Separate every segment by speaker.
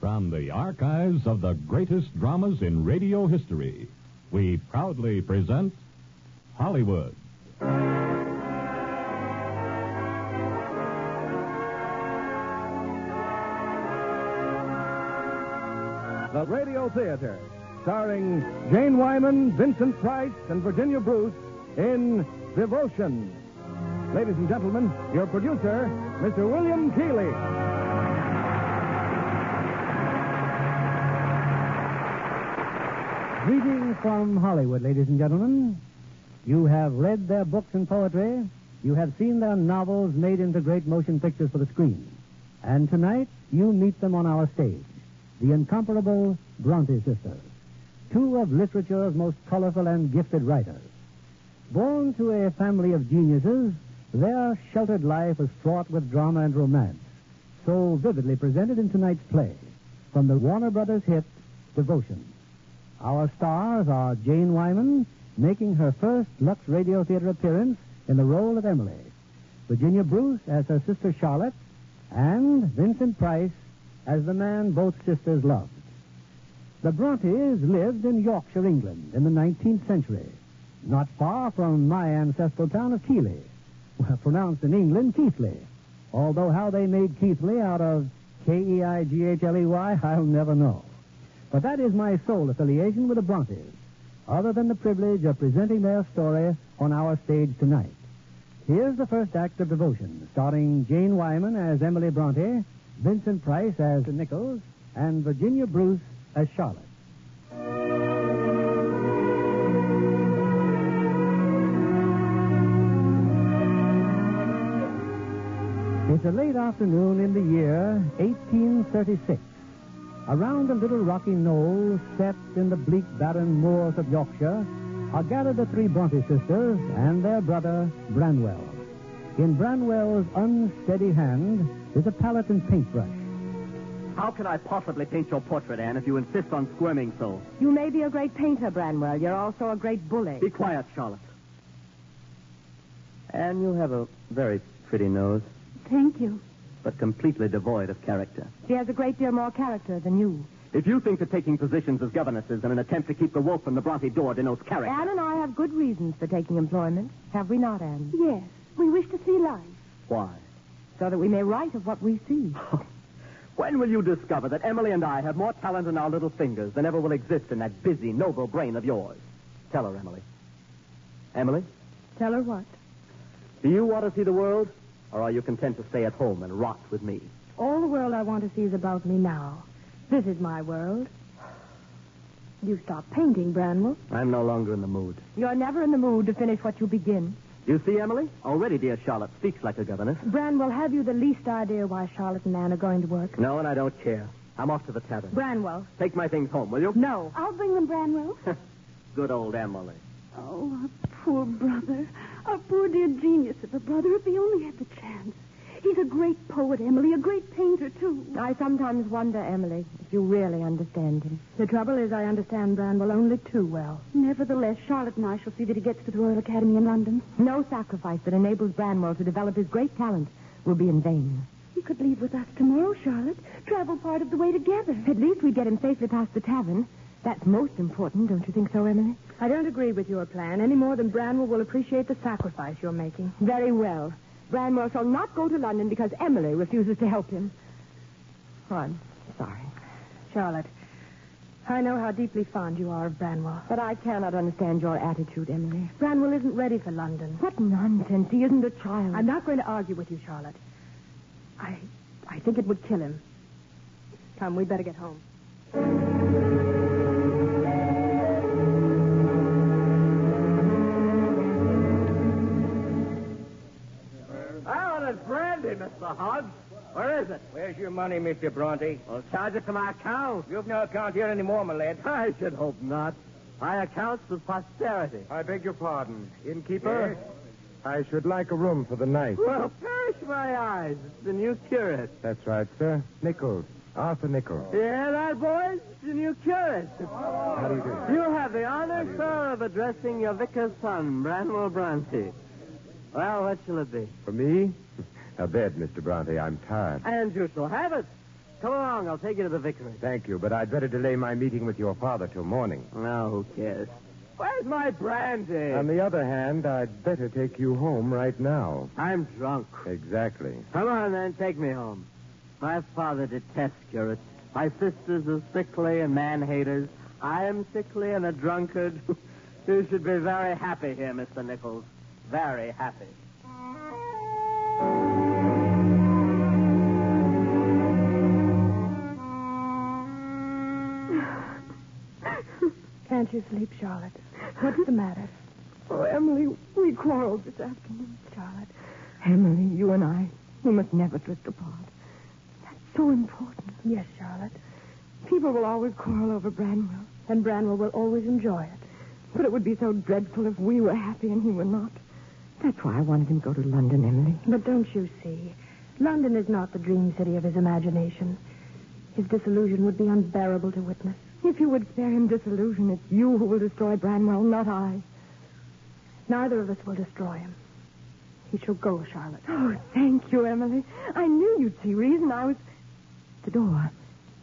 Speaker 1: From the archives of the greatest dramas in radio history, we proudly present Hollywood.
Speaker 2: The Radio Theater, starring Jane Wyman, Vincent Price, and Virginia Bruce in Devotion. Ladies and gentlemen, your producer, Mr. William Keeley.
Speaker 3: Greetings from Hollywood, ladies and gentlemen. You have read their books and poetry. You have seen their novels made into great motion pictures for the screen. And tonight, you meet them on our stage, the incomparable Bronte sisters, two of literature's most colorful and gifted writers. Born to a family of geniuses, their sheltered life is fraught with drama and romance, so vividly presented in tonight's play, from the Warner Brothers hit, Devotion. Our stars are Jane Wyman, making her first Lux Radio Theater appearance in the role of Emily, Virginia Bruce as her sister Charlotte, and Vincent Price as the man both sisters loved. The Brontes lived in Yorkshire, England, in the 19th century, not far from my ancestral town of Keighley, pronounced in England Keithley, although how they made Keithley out of E K-E-I-G-H-L-E-Y, I'll never know. But that is my sole affiliation with the Brontes, other than the privilege of presenting their story on our stage tonight. Here's the first act of Devotion, starring Jane Wyman as Emily Bronte, Vincent Price as Nichols, and Virginia Bruce as Charlotte. It's a late afternoon in the year 1836. Around a little rocky knoll set in the bleak, barren moors of Yorkshire are gathered the three Bronte sisters and their brother, Branwell. In Branwell's unsteady hand is a palette and paintbrush.
Speaker 4: How could I possibly paint your portrait, Anne, if you insist on squirming so?
Speaker 5: You may be a great painter, Branwell. You're also a great bully.
Speaker 4: Be quiet, Charlotte. Anne, you have a very pretty nose,
Speaker 5: Thank you.
Speaker 4: but completely devoid of character.
Speaker 5: She has a great deal more character than you.
Speaker 4: If you think that taking positions as governesses in an attempt to keep the wolf from the Bronte door denotes character,
Speaker 5: Anne and I have good reasons for taking employment, have we not, Anne?
Speaker 6: Yes, we wish to see life.
Speaker 4: why?
Speaker 5: So that we may write of what we see.
Speaker 4: When will you discover that Emily and I have more talent in our little fingers than ever will exist in that busy, noble brain of yours? Tell her, Emily. Emily,
Speaker 5: Tell her what?
Speaker 4: do you want to see the world, or are you content to stay at home and rot with me?
Speaker 5: All the world I want to see is about me now. This is my world.
Speaker 6: You stop painting, Branwell.
Speaker 4: I'm no longer in the mood.
Speaker 5: You're never in the mood to finish what you begin.
Speaker 4: You see, Emily? Already, dear Charlotte speaks like a governess.
Speaker 5: Branwell, have you the least idea why Charlotte and Anne are going to work?
Speaker 4: No, and I don't care. I'm off to the tavern.
Speaker 5: Branwell,
Speaker 4: Take my things home, will you?
Speaker 5: no.
Speaker 6: I'll bring them, Branwell.
Speaker 4: Good old Emily.
Speaker 6: Oh, our poor brother. Our poor dear genius of a brother, if he only had the chance. He's a great poet, Emily, a great painter, too.
Speaker 5: I sometimes wonder, Emily, if you really understand him. The trouble is, I understand Branwell only too well.
Speaker 6: Nevertheless, Charlotte and I shall see that he gets to the Royal Academy in London.
Speaker 5: No sacrifice that enables Branwell to develop his great talent will be in vain.
Speaker 6: He could leave with us tomorrow, Charlotte. Travel part of the way together.
Speaker 5: At least we get him safely past the tavern. That's most important, don't you think so, Emily? I don't agree with your plan any more than Branwell will appreciate the sacrifice you're making. Very well. Branwell shall not go to London because Emily refuses to help him. Oh, I'm sorry. Charlotte, I know how deeply fond you are of Branwell. But I cannot understand your attitude, Emily. Branwell isn't ready for London. What nonsense. He isn't a child. I'm not going to argue with you, Charlotte. I I think it would kill him. Come, we'd better get home.
Speaker 7: Well, it's brandy, Mr. Hodge.
Speaker 4: Where is it?
Speaker 3: Where's your money, Mr. Bronte?
Speaker 4: Well, charge it to my account.
Speaker 3: You've no account here anymore, my lad.
Speaker 4: I should hope not. My account's with posterity.
Speaker 3: I beg your pardon. Innkeeper? I should like a room for the night.
Speaker 4: Well, perish my eyes. It's the new curate.
Speaker 3: That's right, sir. Nichols. Arthur Nichols.
Speaker 4: Yeah, that, boys? It's the new curate.
Speaker 3: How do you do?
Speaker 4: You have the honor, sir, of addressing your vicar's son, Branwell Bronte. Well, what shall it be?
Speaker 3: For me? A bed, Mr. Bronte. I'm tired.
Speaker 4: And you shall have it. Come along, I'll take you to the vicarage.
Speaker 3: Thank you, but I'd better delay my meeting with your father till morning.
Speaker 4: Now, who cares? Where's my brandy?
Speaker 3: On the other hand, I'd better take you home right now.
Speaker 4: I'm drunk.
Speaker 3: Exactly.
Speaker 4: Come on, then, take me home. My father detests curates. My sisters are sickly and man haters. I am sickly and a drunkard. you should be very happy here, Mr. Nichols. Very happy.
Speaker 5: Can't you sleep, Charlotte? What's the matter?
Speaker 8: Oh, Emily, we quarreled this afternoon, Charlotte. Emily, you and I, we must never drift apart. That's so important.
Speaker 5: Yes, Charlotte.
Speaker 8: People will always quarrel over Branwell,
Speaker 5: And Branwell will always enjoy it.
Speaker 8: but it would be so dreadful if we were happy and he were not. That's why I wanted him to go to London, Emily.
Speaker 5: But don't you see? London is not the dream city of his imagination. His disillusion would be unbearable to witness.
Speaker 8: If you would spare him disillusion, it's you who will destroy Branwell, not I.
Speaker 5: Neither of us will destroy him. He shall go, Charlotte.
Speaker 8: Oh, thank you, Emily. I knew you'd see reason. I was. The door.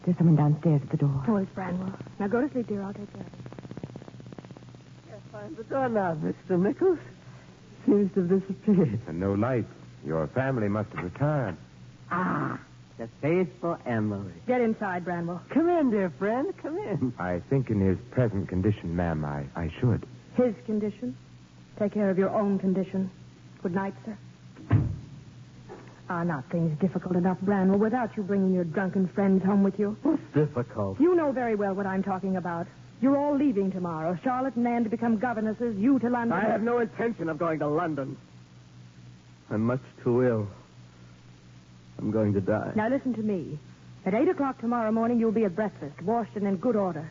Speaker 8: There's someone downstairs at the door.
Speaker 5: Oh, it's Branwell. Now go to sleep, dear. I'll take care of it.
Speaker 4: Find the door now, Mr. Nichols. Seems to have disappeared.
Speaker 3: And no light. Your family must have retired.
Speaker 4: Ah, the faithful Emily.
Speaker 5: Get inside, Branwell.
Speaker 4: Come in, dear friend. Come in.
Speaker 3: I think in his present condition, ma'am, I, I should.
Speaker 5: His condition. Take care of your own condition. Good night, sir. Are not things difficult enough, Branwell, without you bringing your drunken friends home with you?
Speaker 8: Oh,
Speaker 4: Difficult.
Speaker 5: You know very well what I'm talking about. You're all leaving tomorrow. Charlotte and Anne to become governesses, you to London.
Speaker 4: I have no intention of going to London. I'm much too ill. I'm going to die.
Speaker 5: Now listen to me. At eight o'clock tomorrow morning, you'll be at breakfast, washed and in good order.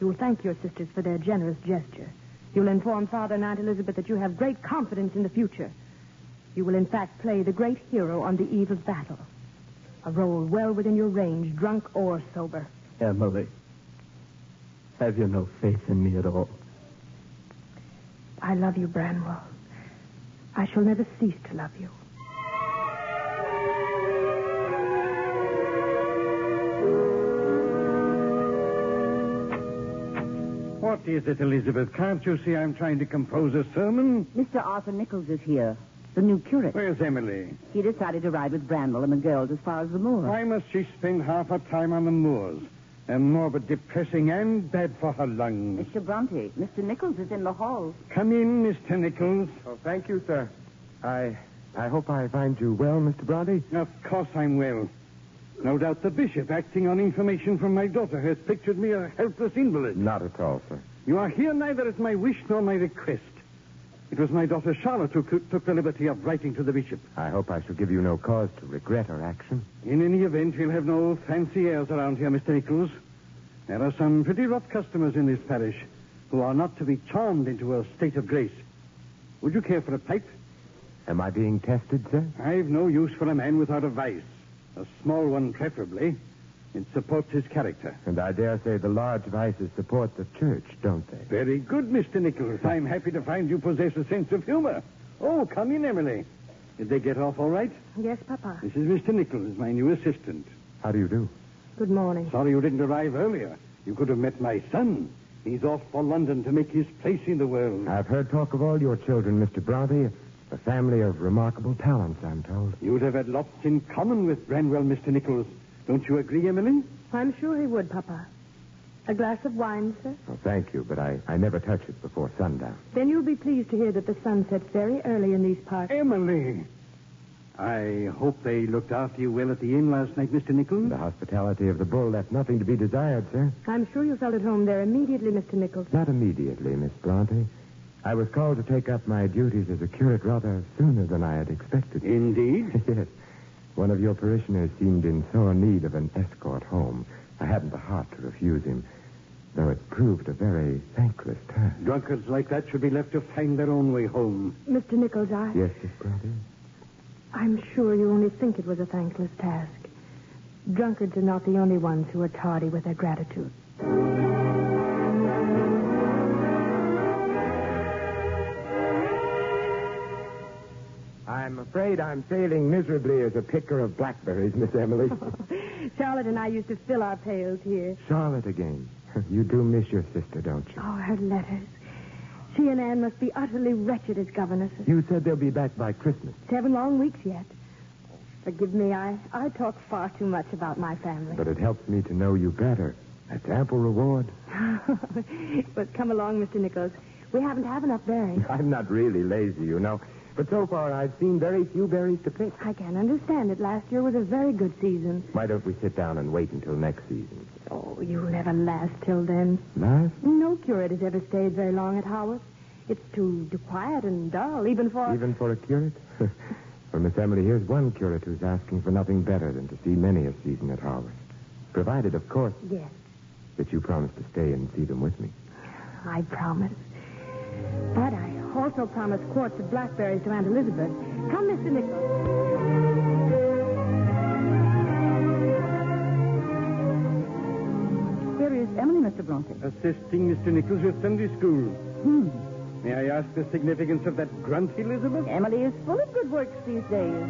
Speaker 5: You'll thank your sisters for their generous gesture. You'll inform Father and Aunt Elizabeth that you have great confidence in the future. You will, in fact, play the great hero on the eve of battle. A role well within your range, drunk or sober.
Speaker 4: Emily, have you no faith in me at all?
Speaker 5: I love you, Branwell. I shall never cease to love you.
Speaker 3: What is it, Elizabeth? Can't you see I'm trying to compose a sermon?
Speaker 9: Mr. Arthur Nichols is here, the new curate.
Speaker 3: Where's Emily?
Speaker 9: He decided to ride with Bramble and McGild as far as the moor.
Speaker 3: Why must she spend half her time on the moors? They're morbid, depressing, and bad for her lungs.
Speaker 9: Mr. Bronte, Mr. Nichols is in the hall.
Speaker 3: Come in, Mr. Nichols. Oh, thank you, sir. I I hope I find you well, Mr. Bronte. Of course I'm well. No doubt the bishop, acting on information from my daughter, has pictured me a helpless invalid. Not at all, sir. You are here neither at my wish nor my request. It was my daughter Charlotte who co- took the liberty of writing to the bishop. I hope I shall give you no cause to regret her action. In any event, we'll have no fancy airs around here, Mr. Nichols. There are some pretty rough customers in this parish who are not to be charmed into a state of grace. Would you care for a pipe? Am I being tested, sir? I've no use for a man without a vice. A small one, preferably. It supports his character. And I dare say the large vices support the church, don't they? Very good, Mr. Nichols. I'm happy to find you possess a sense of humor. Oh, come in, Emily. Did they get off all right?
Speaker 5: Yes, Papa.
Speaker 3: This is Mr. Nichols, my new assistant. How do you do?
Speaker 5: Good morning.
Speaker 3: Sorry you didn't arrive earlier. You could have met my son. He's off for London to make his place in the world. I've heard talk of all your children, Mr. Bronte. A family of remarkable talents, I'm told. You'd have had lots in common with Branwell, Mr. Nichols. Don't you agree, Emily?
Speaker 5: I'm sure he would, Papa. A glass of wine, sir?
Speaker 3: Oh, thank you, but I, I never touch it before sundown.
Speaker 5: Then you'll be pleased to hear that the sun sets very early in these parts.
Speaker 3: Emily! I hope they looked after you well at the inn last night, Mr. Nichols. The hospitality of the bull left nothing to be desired, sir.
Speaker 5: I'm sure you felt at home there immediately, Mr. Nichols.
Speaker 3: Not immediately, Miss Bronte. I was called to take up my duties as a curate rather sooner than I had expected. Indeed? yes.
Speaker 10: One of your parishioners seemed in sore need of an escort home. I hadn't the heart to refuse him, though it proved a very thankless task.
Speaker 3: Drunkards like that should be left to find their own way home.
Speaker 5: Mr. Nichols, I,
Speaker 10: Yes, Miss Brother?
Speaker 5: I'm sure you only think it was a thankless task. Drunkards are not the only ones who are tardy with their gratitude.
Speaker 10: I'm afraid I'm failing miserably as a picker of blackberries, Miss Emily.
Speaker 5: Charlotte and I used to fill our pails here.
Speaker 10: Charlotte again. You do miss your sister, don't you?
Speaker 5: Oh, her letters. She and Anne must be utterly wretched as governesses.
Speaker 10: You said they'll be back by Christmas.
Speaker 5: Seven long weeks yet. Forgive me, I, I talk far too much about my family.
Speaker 10: But it helps me to know you better. That's ample reward.
Speaker 5: but come along, Mr. Nichols. We haven't had enough berries.
Speaker 10: I'm not really lazy, you know. But so far, I've seen very few berries to pick.
Speaker 5: I can understand it. Last year was a very good season.
Speaker 10: Why don't we sit down and wait until next season?
Speaker 5: Oh, you'll never last till then.
Speaker 10: Last?
Speaker 5: No curate has ever stayed very long at Haworth. It's too, too quiet and dull, even for.
Speaker 10: Even for a curate? well, Miss Emily, here's one curate who's asking for nothing better than to see many a season at Harvard. Provided, of course,
Speaker 5: Yes,
Speaker 10: that you promise to stay and see them with me.
Speaker 5: I promise. But I also promise quarts of blackberries to Aunt Elizabeth. Come, Mr. Nichols.
Speaker 9: Where is Emily, Mr. Bronte?
Speaker 3: Assisting Mr. Nichols with Sunday school.
Speaker 9: Hmm.
Speaker 3: May I ask the significance of that grunt, Elizabeth?
Speaker 9: Emily is full of good works these days.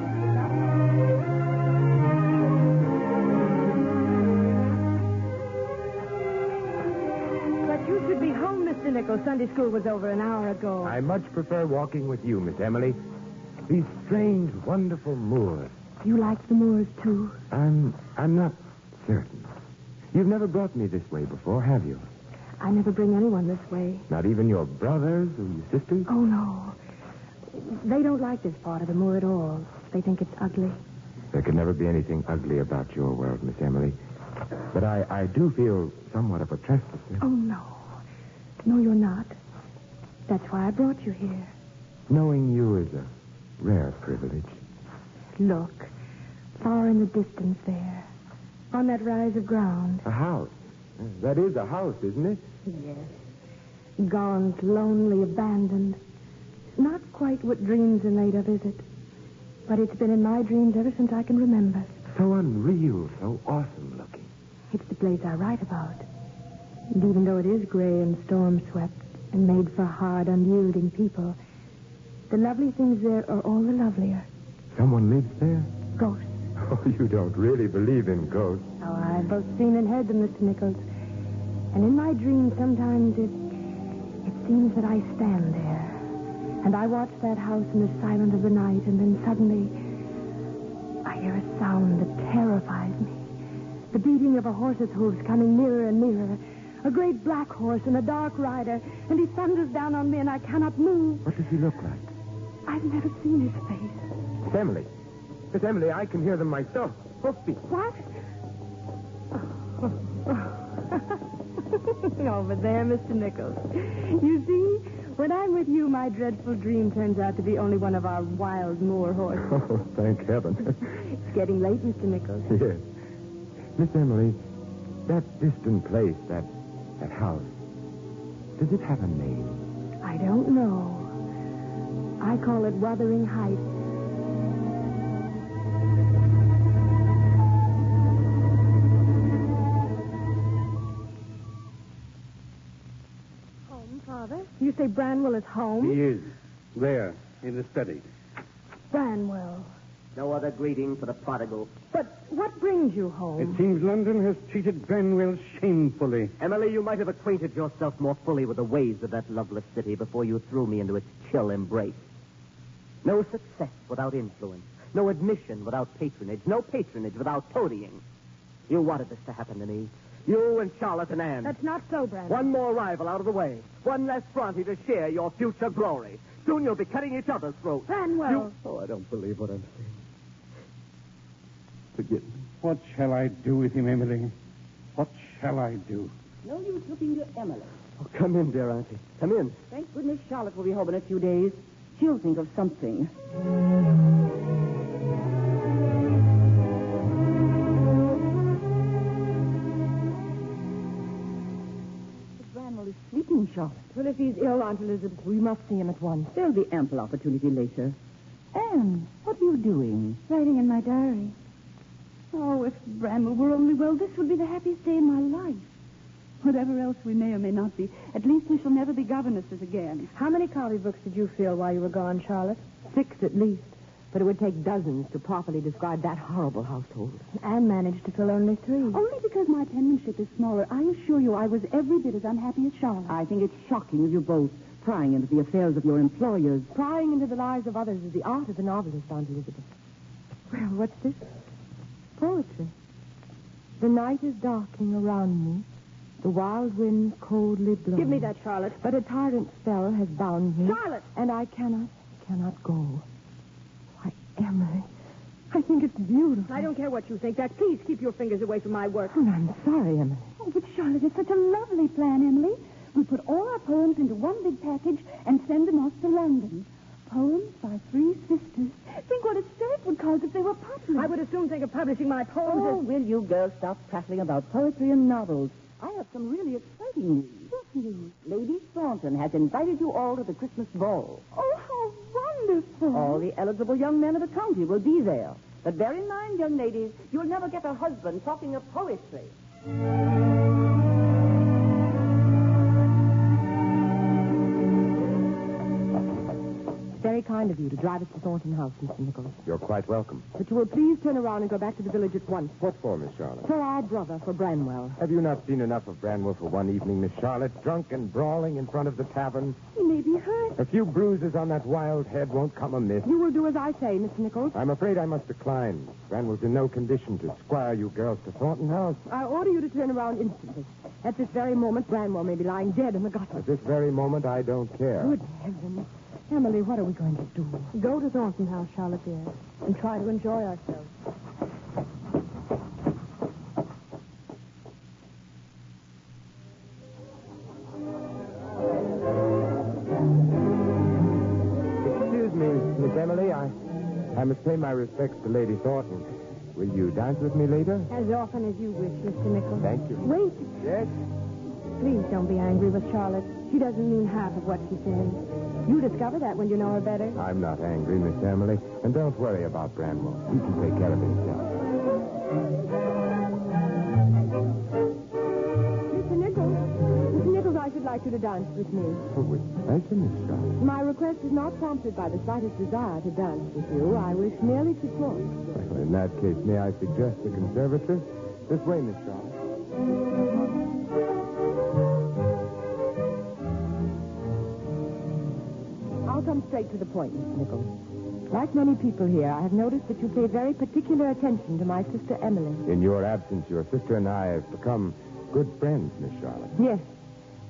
Speaker 5: But you should be home, Mr. Nichols. Sunday school was over an hour ago.
Speaker 10: I much prefer walking with you, Miss Emily. These strange, wonderful moors.
Speaker 5: You like the moors, too?
Speaker 10: I'm I'm not certain. You've never brought me this way before, have you?
Speaker 5: I never bring anyone this way.
Speaker 10: Not even your brothers or your sisters?
Speaker 5: Oh, no. They don't like this part of the moor at all. They think it's ugly.
Speaker 10: There could never be anything ugly about your world, Miss Emily. But I, I do feel somewhat of a trespasser.
Speaker 5: Oh, no. No, you're not. That's why I brought you here.
Speaker 10: Knowing you is a rare privilege.
Speaker 5: Look, far in the distance there, on that rise of ground.
Speaker 10: A house. That is a house, isn't it?
Speaker 5: Yes. Gaunt, lonely, abandoned. Not quite what dreams are made of, is it? But it's been in my dreams ever since I can remember.
Speaker 10: So unreal, so awesome looking.
Speaker 5: It's the place I write about. And even though it is gray and storm swept and made for hard, unyielding people, the lovely things there are all the lovelier.
Speaker 10: Someone lives there?
Speaker 5: Ghosts.
Speaker 10: Oh, you don't really believe in ghosts.
Speaker 5: Oh, I've both seen and heard them, Mr. Nichols. And in my dreams, sometimes it it seems that I stand there. And I watch that house in the silence of the night, and then suddenly I hear a sound that terrifies me. The beating of a horse's hooves coming nearer and nearer. A great black horse and a dark rider, and he thunders down on me, and I cannot move.
Speaker 10: What does he look like?
Speaker 5: I've never seen his face.
Speaker 10: Miss Emily. Miss Emily, I can hear them myself. Hoofbeats.
Speaker 5: What? Over there, Mr. Nichols. You see, when I'm with you, my dreadful dream turns out to be only one of our wild moor horses.
Speaker 10: Oh, thank heaven.
Speaker 5: It's getting late, Mr. Nichols.
Speaker 10: yes. Miss Emily, that distant place, that, that house, does it have a name?
Speaker 5: I don't know. I call it Wuthering Heights.
Speaker 11: Home, Father?
Speaker 5: You say Branwell is home?
Speaker 3: He is. There, in the study.
Speaker 5: Branwell.
Speaker 4: No other greeting for the prodigal.
Speaker 5: But what brings you
Speaker 3: It
Speaker 5: home?
Speaker 3: seems London has treated Branwell shamefully.
Speaker 4: Emily, you might have acquainted yourself more fully with the ways of that loveless city before you threw me into its chill embrace. No success without influence. No admission without patronage. No patronage without toadying. You wanted this to happen to me. You and Charlotte and Anne.
Speaker 5: That's not so, Branwell.
Speaker 4: One more rival out of the way. One less Bronte to share your future glory. Soon you'll be cutting each other's throats.
Speaker 5: Branwell.
Speaker 4: You-
Speaker 3: Oh, I don't believe what I'm saying. Forgive me. What shall I do with him, Emily? What shall I do?
Speaker 9: No use looking to Emily.
Speaker 4: Oh, come in, dear auntie. Come in.
Speaker 9: Thank goodness Charlotte will be home in a few days. She'll think of something.
Speaker 12: Charlotte.
Speaker 5: Well, if he's ill, Aunt Elizabeth, we must see him at once.
Speaker 12: There'll be ample opportunity later. Anne, what are you doing?
Speaker 6: Writing in my diary. Oh, if Bramwell were only well, this would be the happiest day in my life. Whatever else we may or may not be, at least we shall never be governesses again.
Speaker 5: How many copy books did you fill while you were gone, Charlotte?
Speaker 13: Six at least. But it would take dozens to properly describe that horrible household.
Speaker 5: Anne managed to fill only three.
Speaker 6: Only because my penmanship is smaller. I assure you I was every bit as unhappy as Charlotte.
Speaker 12: I think it's shocking of you both prying into the affairs of your employers.
Speaker 5: Prying into the lives of others is the art of the novelist, Aunt Elizabeth. Well, what's this? Poetry. The night is darkening around me. The wild wind coldly blows.
Speaker 6: Give me that, Charlotte.
Speaker 5: But a tyrant spell has bound me.
Speaker 6: Charlotte!
Speaker 5: And I cannot, cannot go. Why, Emily, I think it's beautiful.
Speaker 6: I don't care what you think, Jack. Please keep your fingers away from my work.
Speaker 5: And I'm sorry, Emily.
Speaker 6: Oh, but Charlotte, it's such a lovely plan, Emily. We put all our poems into one big package and send them off to London. Poems by three sisters. Think what a stir it would cause if they were published.
Speaker 5: I would as soon think of publishing my poems
Speaker 12: Oh,
Speaker 5: as...
Speaker 12: will you girls stop prattling about poetry and novels? I have some really exciting news.
Speaker 6: Yes, you.
Speaker 12: Hmm. Lady Staunton has invited you all to the Christmas ball.
Speaker 6: Oh, how wonderful.
Speaker 12: All the eligible young men of the county will be there. But bear in mind, young ladies, you'll never get a husband talking of poetry.
Speaker 5: It's very kind of you to drive us to Thornton House, Mr. Nichols.
Speaker 10: You're quite welcome.
Speaker 5: But you will please turn around and go back to the village at once.
Speaker 10: What for, Miss Charlotte?
Speaker 5: Tell our brother for Branwell.
Speaker 10: Have you not seen enough of Branwell for one evening, Miss Charlotte? Drunk and brawling in front of the tavern.
Speaker 6: He may be hurt.
Speaker 10: A few bruises on that wild head won't come amiss.
Speaker 5: You will do as I say, Mr. Nichols.
Speaker 10: I'm afraid I must decline. Branwell's in no condition to squire you girls to Thornton House.
Speaker 5: I order you to turn around instantly. At this very moment, Branwell may be lying dead in the gutter.
Speaker 10: At this very moment, I don't care.
Speaker 5: Good heavens. Emily, what are we going to do? Go to Thornton House, Charlotte, dear, and try to enjoy ourselves.
Speaker 10: Excuse me, Miss Emily. I, I must pay my respects to Lady Thornton. Will you dance with me later?
Speaker 5: As often as you wish, Mr. Nichols.
Speaker 10: Thank you.
Speaker 5: Wait.
Speaker 10: Yes.
Speaker 5: Please don't be angry with Charlotte. She doesn't mean half of what she's saying. You discover that when you know her better.
Speaker 10: I'm not angry, Miss Emily. And don't worry about Branwell. He can take care of himself.
Speaker 5: Mr. Nichols. Mr. Nichols, I should like you to dance with me.
Speaker 10: Oh, with pleasure, Miss Charlotte.
Speaker 5: My request is not prompted by the slightest desire to dance with you. I wish merely to talk.
Speaker 10: Well, in that case, may I suggest the conservatory? This way, Miss Charlotte.
Speaker 5: I'll come straight to the point, Mr. Nichols. Like many people here, I have noticed that you pay very particular attention to my sister Emily.
Speaker 10: In your absence, your sister and I have become good friends, Miss Charlotte.
Speaker 5: Yes.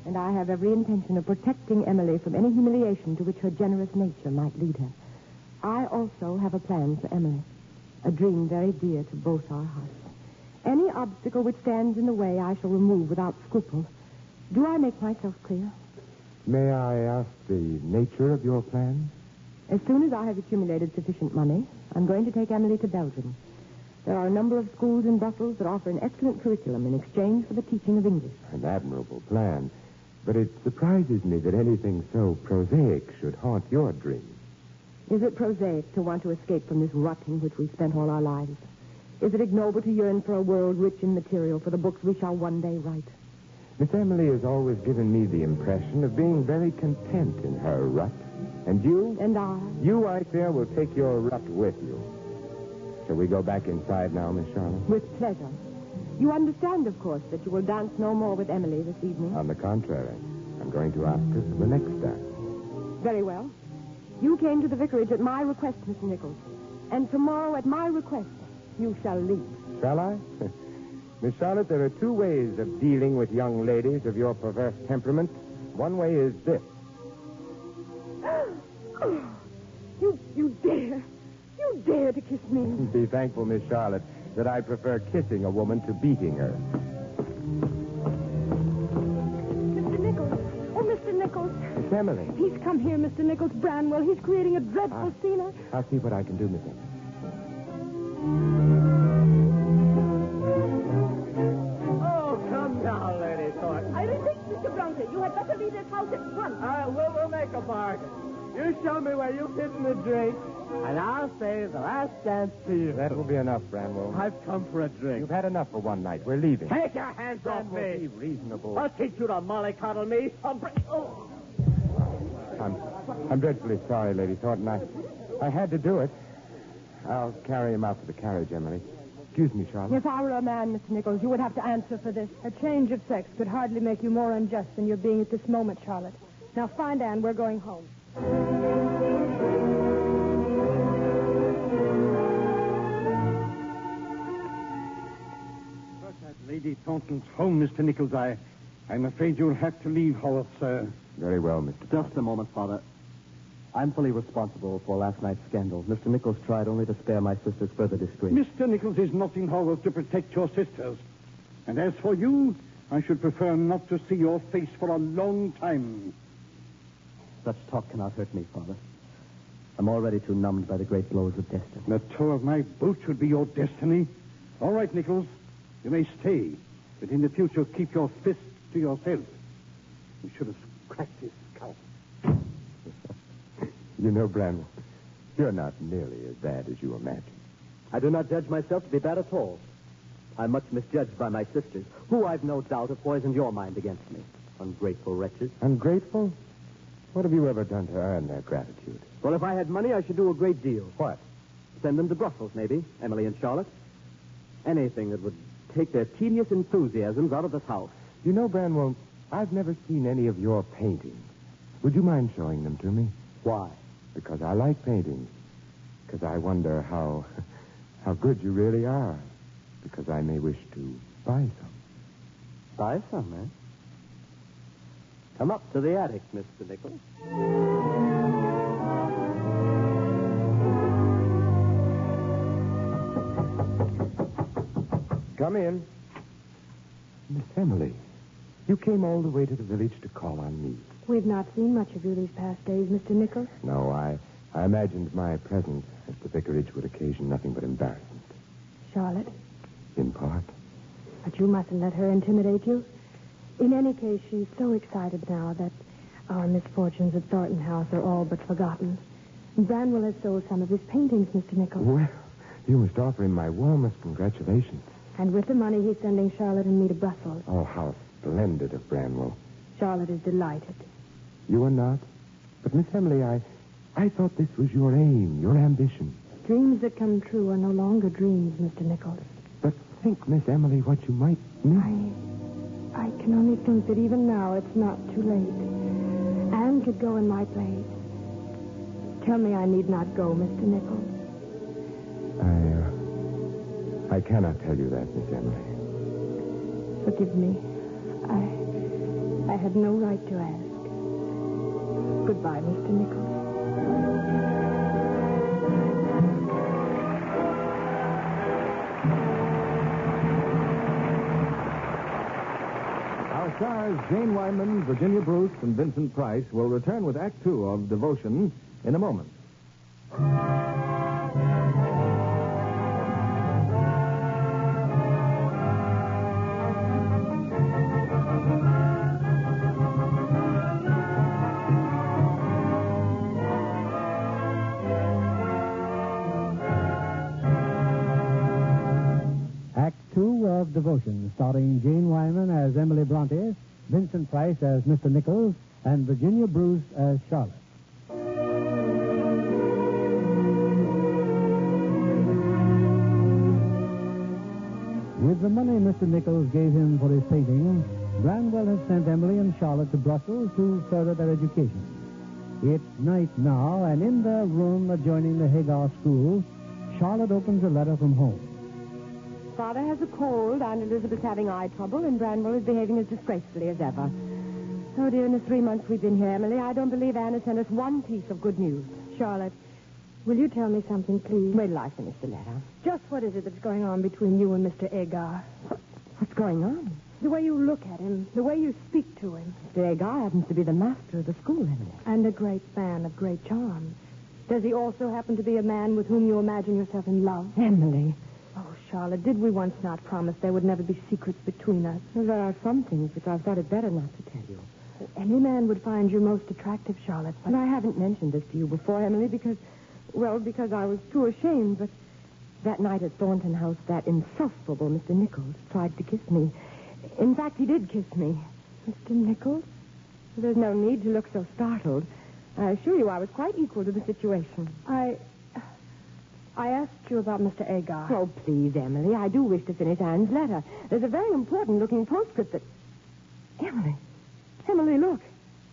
Speaker 5: And I have every intention of protecting Emily from any humiliation to which her generous nature might lead her. I also have a plan for Emily, a dream very dear to both our hearts. Any obstacle which stands in the way I shall remove without scruple. Do I make myself clear?
Speaker 10: May I ask the nature of your plan?
Speaker 5: As soon as I have accumulated sufficient money, I'm going to take Emily to Belgium. There are a number of schools in Brussels that offer an excellent curriculum in exchange for the teaching of English.
Speaker 10: An admirable plan. But it surprises me that anything so prosaic should haunt your dreams.
Speaker 5: Is it prosaic to want to escape from this rut in which we've spent all our lives? Is it ignoble to yearn for a world rich in material for the books we shall one day write?
Speaker 10: Miss Emily has always given me the impression of being very content in her rut. And you?
Speaker 5: And I?
Speaker 10: You, I fear, will take your rut with you. Shall we go back inside now, Miss Charlotte?
Speaker 5: With pleasure. You understand, of course, that you will dance no more with Emily this evening.
Speaker 10: On the contrary, I'm going to ask her for the next time.
Speaker 5: Very well. You came to the vicarage at my request, Mr. Nichols. And tomorrow, at my request, you shall leave.
Speaker 10: Shall I? Miss Charlotte, there are two ways of dealing with young ladies of your perverse temperament. One way is this.
Speaker 5: You, you dare. You dare to kiss me.
Speaker 10: Be thankful, Miss Charlotte, that I prefer kissing a woman to beating her.
Speaker 6: Mr. Nichols. Oh, Mr. Nichols.
Speaker 10: Miss Emily,
Speaker 6: He's come here, Mr. Nichols Branwell. He's creating a dreadful
Speaker 10: Ah.
Speaker 6: scene. I-
Speaker 10: I'll see what I can do, Miss Emily.
Speaker 7: Oh, come now, Lady Thornton.
Speaker 14: Oh,
Speaker 12: I repeat, Mr. Bronte, you had better leave this house
Speaker 14: Uh, bargain. You show me where you've hidden the drink, and I'll save the last dance for you.
Speaker 10: That will be enough, Branwell.
Speaker 14: I've come for a drink.
Speaker 10: You've had enough for one night. We're leaving.
Speaker 14: Take your hands off
Speaker 10: Branwell, Be
Speaker 14: me.
Speaker 10: reasonable.
Speaker 14: I'll teach you to mollycoddle me. I'll bring... Oh.
Speaker 10: I'm, I'm dreadfully sorry, Lady Thornton. I, I had to do it. I'll carry him out to the carriage, Emily. Excuse me, Charlotte.
Speaker 5: If I were a man, Mr. Nichols, you would have to answer for this. A change of sex could hardly make you more unjust than you're being at this moment, Charlotte. Now find Anne. We're going home.
Speaker 3: Lady Thornton's home, Mr. Nichols. I, I'm afraid you'll have to leave Howarth, sir.
Speaker 10: Very well, Mr.
Speaker 4: Just a moment, Father. I'm fully responsible for last night's scandal. Mr. Nichols tried only to spare my sister's further disgrace.
Speaker 3: Mr. Nichols is not in Haworth to protect your sisters. And as for you, I should prefer not to see your face for a long time.
Speaker 4: Such talk cannot hurt me, Father. I'm already too numbed by the great blows of destiny.
Speaker 3: The toe of my boot should be your destiny. All right, Nichols. You may stay, but in the future, keep your fist to yourself. You should have cracked his skull.
Speaker 10: You know, Branwell, you're not nearly as bad as you imagine.
Speaker 4: I do not judge myself to be bad at all. I'm much misjudged by my sisters, who I've no doubt have poisoned your mind against me. Ungrateful wretches.
Speaker 10: Ungrateful? What have you ever done to earn their gratitude?
Speaker 4: Well, if I had money, I should do a great deal. What? Send them to Brussels, maybe, Emily and Charlotte. Anything that would take their tedious enthusiasms out of this house.
Speaker 10: You know, Branwell, I've never seen any of your paintings. Would you mind showing them to me?
Speaker 4: Why?
Speaker 10: Because I like paintings. Because I wonder how how good you really are. Because I may wish to buy some.
Speaker 4: Buy some, eh? Come up to the attic, Mr. Nichols.
Speaker 10: Come in. Miss Emily, you came all the way to the village to call on me.
Speaker 5: We've not seen much of you these past days, Mr. Nichols.
Speaker 10: No, I, I imagined my presence at the vicarage would occasion nothing but embarrassment.
Speaker 5: Charlotte,
Speaker 10: In part.
Speaker 5: but you mustn't let her intimidate you. In any case, she's so excited now that our misfortunes at Thornton House are all but forgotten. Branwell has sold some of his paintings, Mr. Nichols.
Speaker 10: Well, you must offer him my warmest congratulations.
Speaker 5: And with the money, he's sending Charlotte and me to Brussels.
Speaker 10: Oh, how splendid of Branwell.
Speaker 5: Charlotte is delighted.
Speaker 10: You are not. But, Miss Emily, I, I thought this was your aim, your ambition.
Speaker 5: Dreams that come true are no longer dreams, Mr. Nichols.
Speaker 10: But think, Miss Emily, what you might miss.
Speaker 5: I can only think that even now it's not too late. Anne could go in my place. Tell me I need not go, Mr. Nichols.
Speaker 10: I, uh, I cannot tell you that, Miss Emily.
Speaker 5: Forgive me. I, I had no right to ask. Goodbye, Mr. Nichols.
Speaker 15: Our stars, Jane Wyman, Virginia Bruce, and Vincent Price, will return with Act Two of Devotion in a moment.
Speaker 16: Act Two of Devotion, starring Jane Wyman as Emily Bronte, Vincent Price as Mr. Nichols, and Virginia Bruce as Charlotte. With the money Mr. Nichols gave him for his painting, Branwell has sent Emily and Charlotte to Brussels to further their education. It's night now, and in their room adjoining the Hagar School, Charlotte opens a letter from home.
Speaker 5: Father has a cold, and Elizabeth's having eye trouble, and Branwell is behaving as disgracefully as ever. Oh, dear, in the three months we've been here, Emily, I don't believe Anne has sent us one piece of good news. Charlotte, will you tell me something, please? Wait till I finish the letter. Just what is it that's going on between you and Mr. Agar? What's going on? The way you look at him, the way you speak to him. Mr. Agar happens to be the master of the school, Emily. And a great man of great charm. Does he also happen to be a man with whom you imagine yourself in love? Emily. Oh, Charlotte, did we once not promise there would never be secrets between us? There are some things which I thought it better not to tell you. Any man would find you most attractive, Charlotte. But I haven't mentioned this to you before, Emily, because, well, because I was too ashamed. But that night at Thornton House, that insufferable Mr. Nichols tried to kiss me. In fact, he did kiss me. Mr. Nichols? There's no need to look so startled. I assure you I was quite equal to the situation. I. I asked you about Mr. Agar. Oh, please, Emily. I do wish to finish Anne's letter. There's a very important looking postscript that. Emily. Emily, look.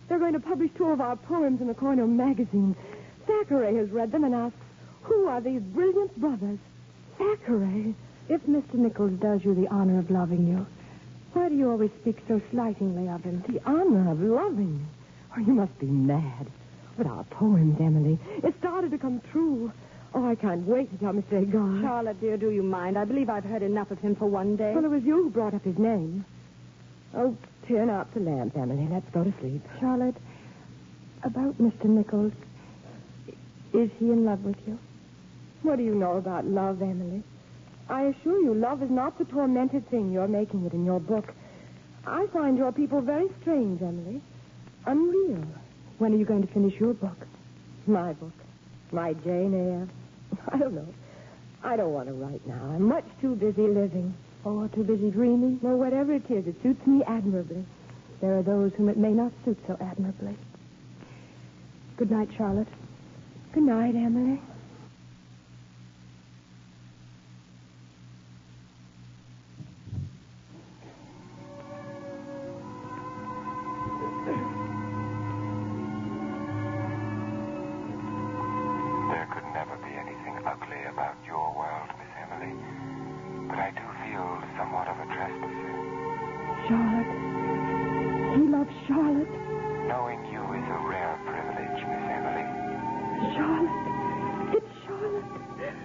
Speaker 5: They're going to publish two of our poems in the Cornell magazine. Thackeray has read them and asks, Who are these brilliant brothers? Thackeray.
Speaker 17: If Mr. Nichols does you the honor of loving you, why do you always speak so slightingly of him?
Speaker 5: The honor of loving me. Oh, you must be mad. But our poems, Emily, it started to come true. Oh, I can't wait to tell Mr. Agar.
Speaker 17: Charlotte, dear, do you mind? I believe I've heard enough of him for one day.
Speaker 5: Well, it was you who brought up his name. Oh, turn out the lamp, Emily. Let's go to sleep.
Speaker 17: Charlotte, about Mr. Nichols, is he in love with you?
Speaker 5: What do you know about love, Emily? I assure you, love is not the tormented thing you're making it in your book. I find your people very strange, Emily. Unreal. When are you going to finish your book? My book. My Jane Eyre. I don't know. I don't want to write now. I'm much too busy living. Or Oh, too busy dreaming. No, whatever it is, it suits me admirably.
Speaker 17: There are those whom it may not suit so admirably. Good night, Charlotte.
Speaker 5: Good night, Emily.
Speaker 18: There could never be anything ugly about your world, Miss Emily. But I do feel somewhat of a trespasser.
Speaker 17: Charlotte. He loves Charlotte.
Speaker 18: Knowing you is a rare privilege, Miss Emily.
Speaker 17: Charlotte. It's Charlotte.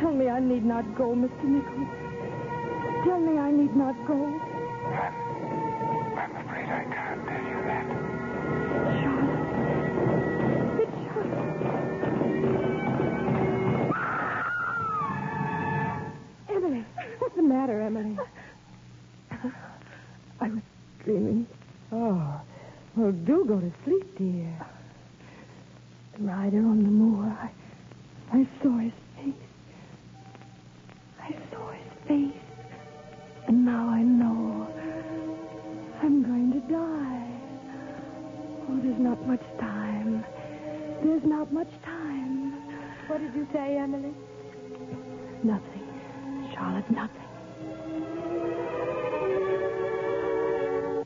Speaker 17: Tell me I need not go, Mr. Nichols. Tell me I need not go.
Speaker 18: I'm afraid I can't tell you that.
Speaker 5: Emily, what's the matter, Emily? I was dreaming. Oh, well, do go to sleep, dear.
Speaker 17: The rider on the moor. I, I saw his face. I saw his face. And now I know. I'm going to die. Oh, there's not much time. There's not much time. What did you say, Emily? Nothing. Charlotte, nothing.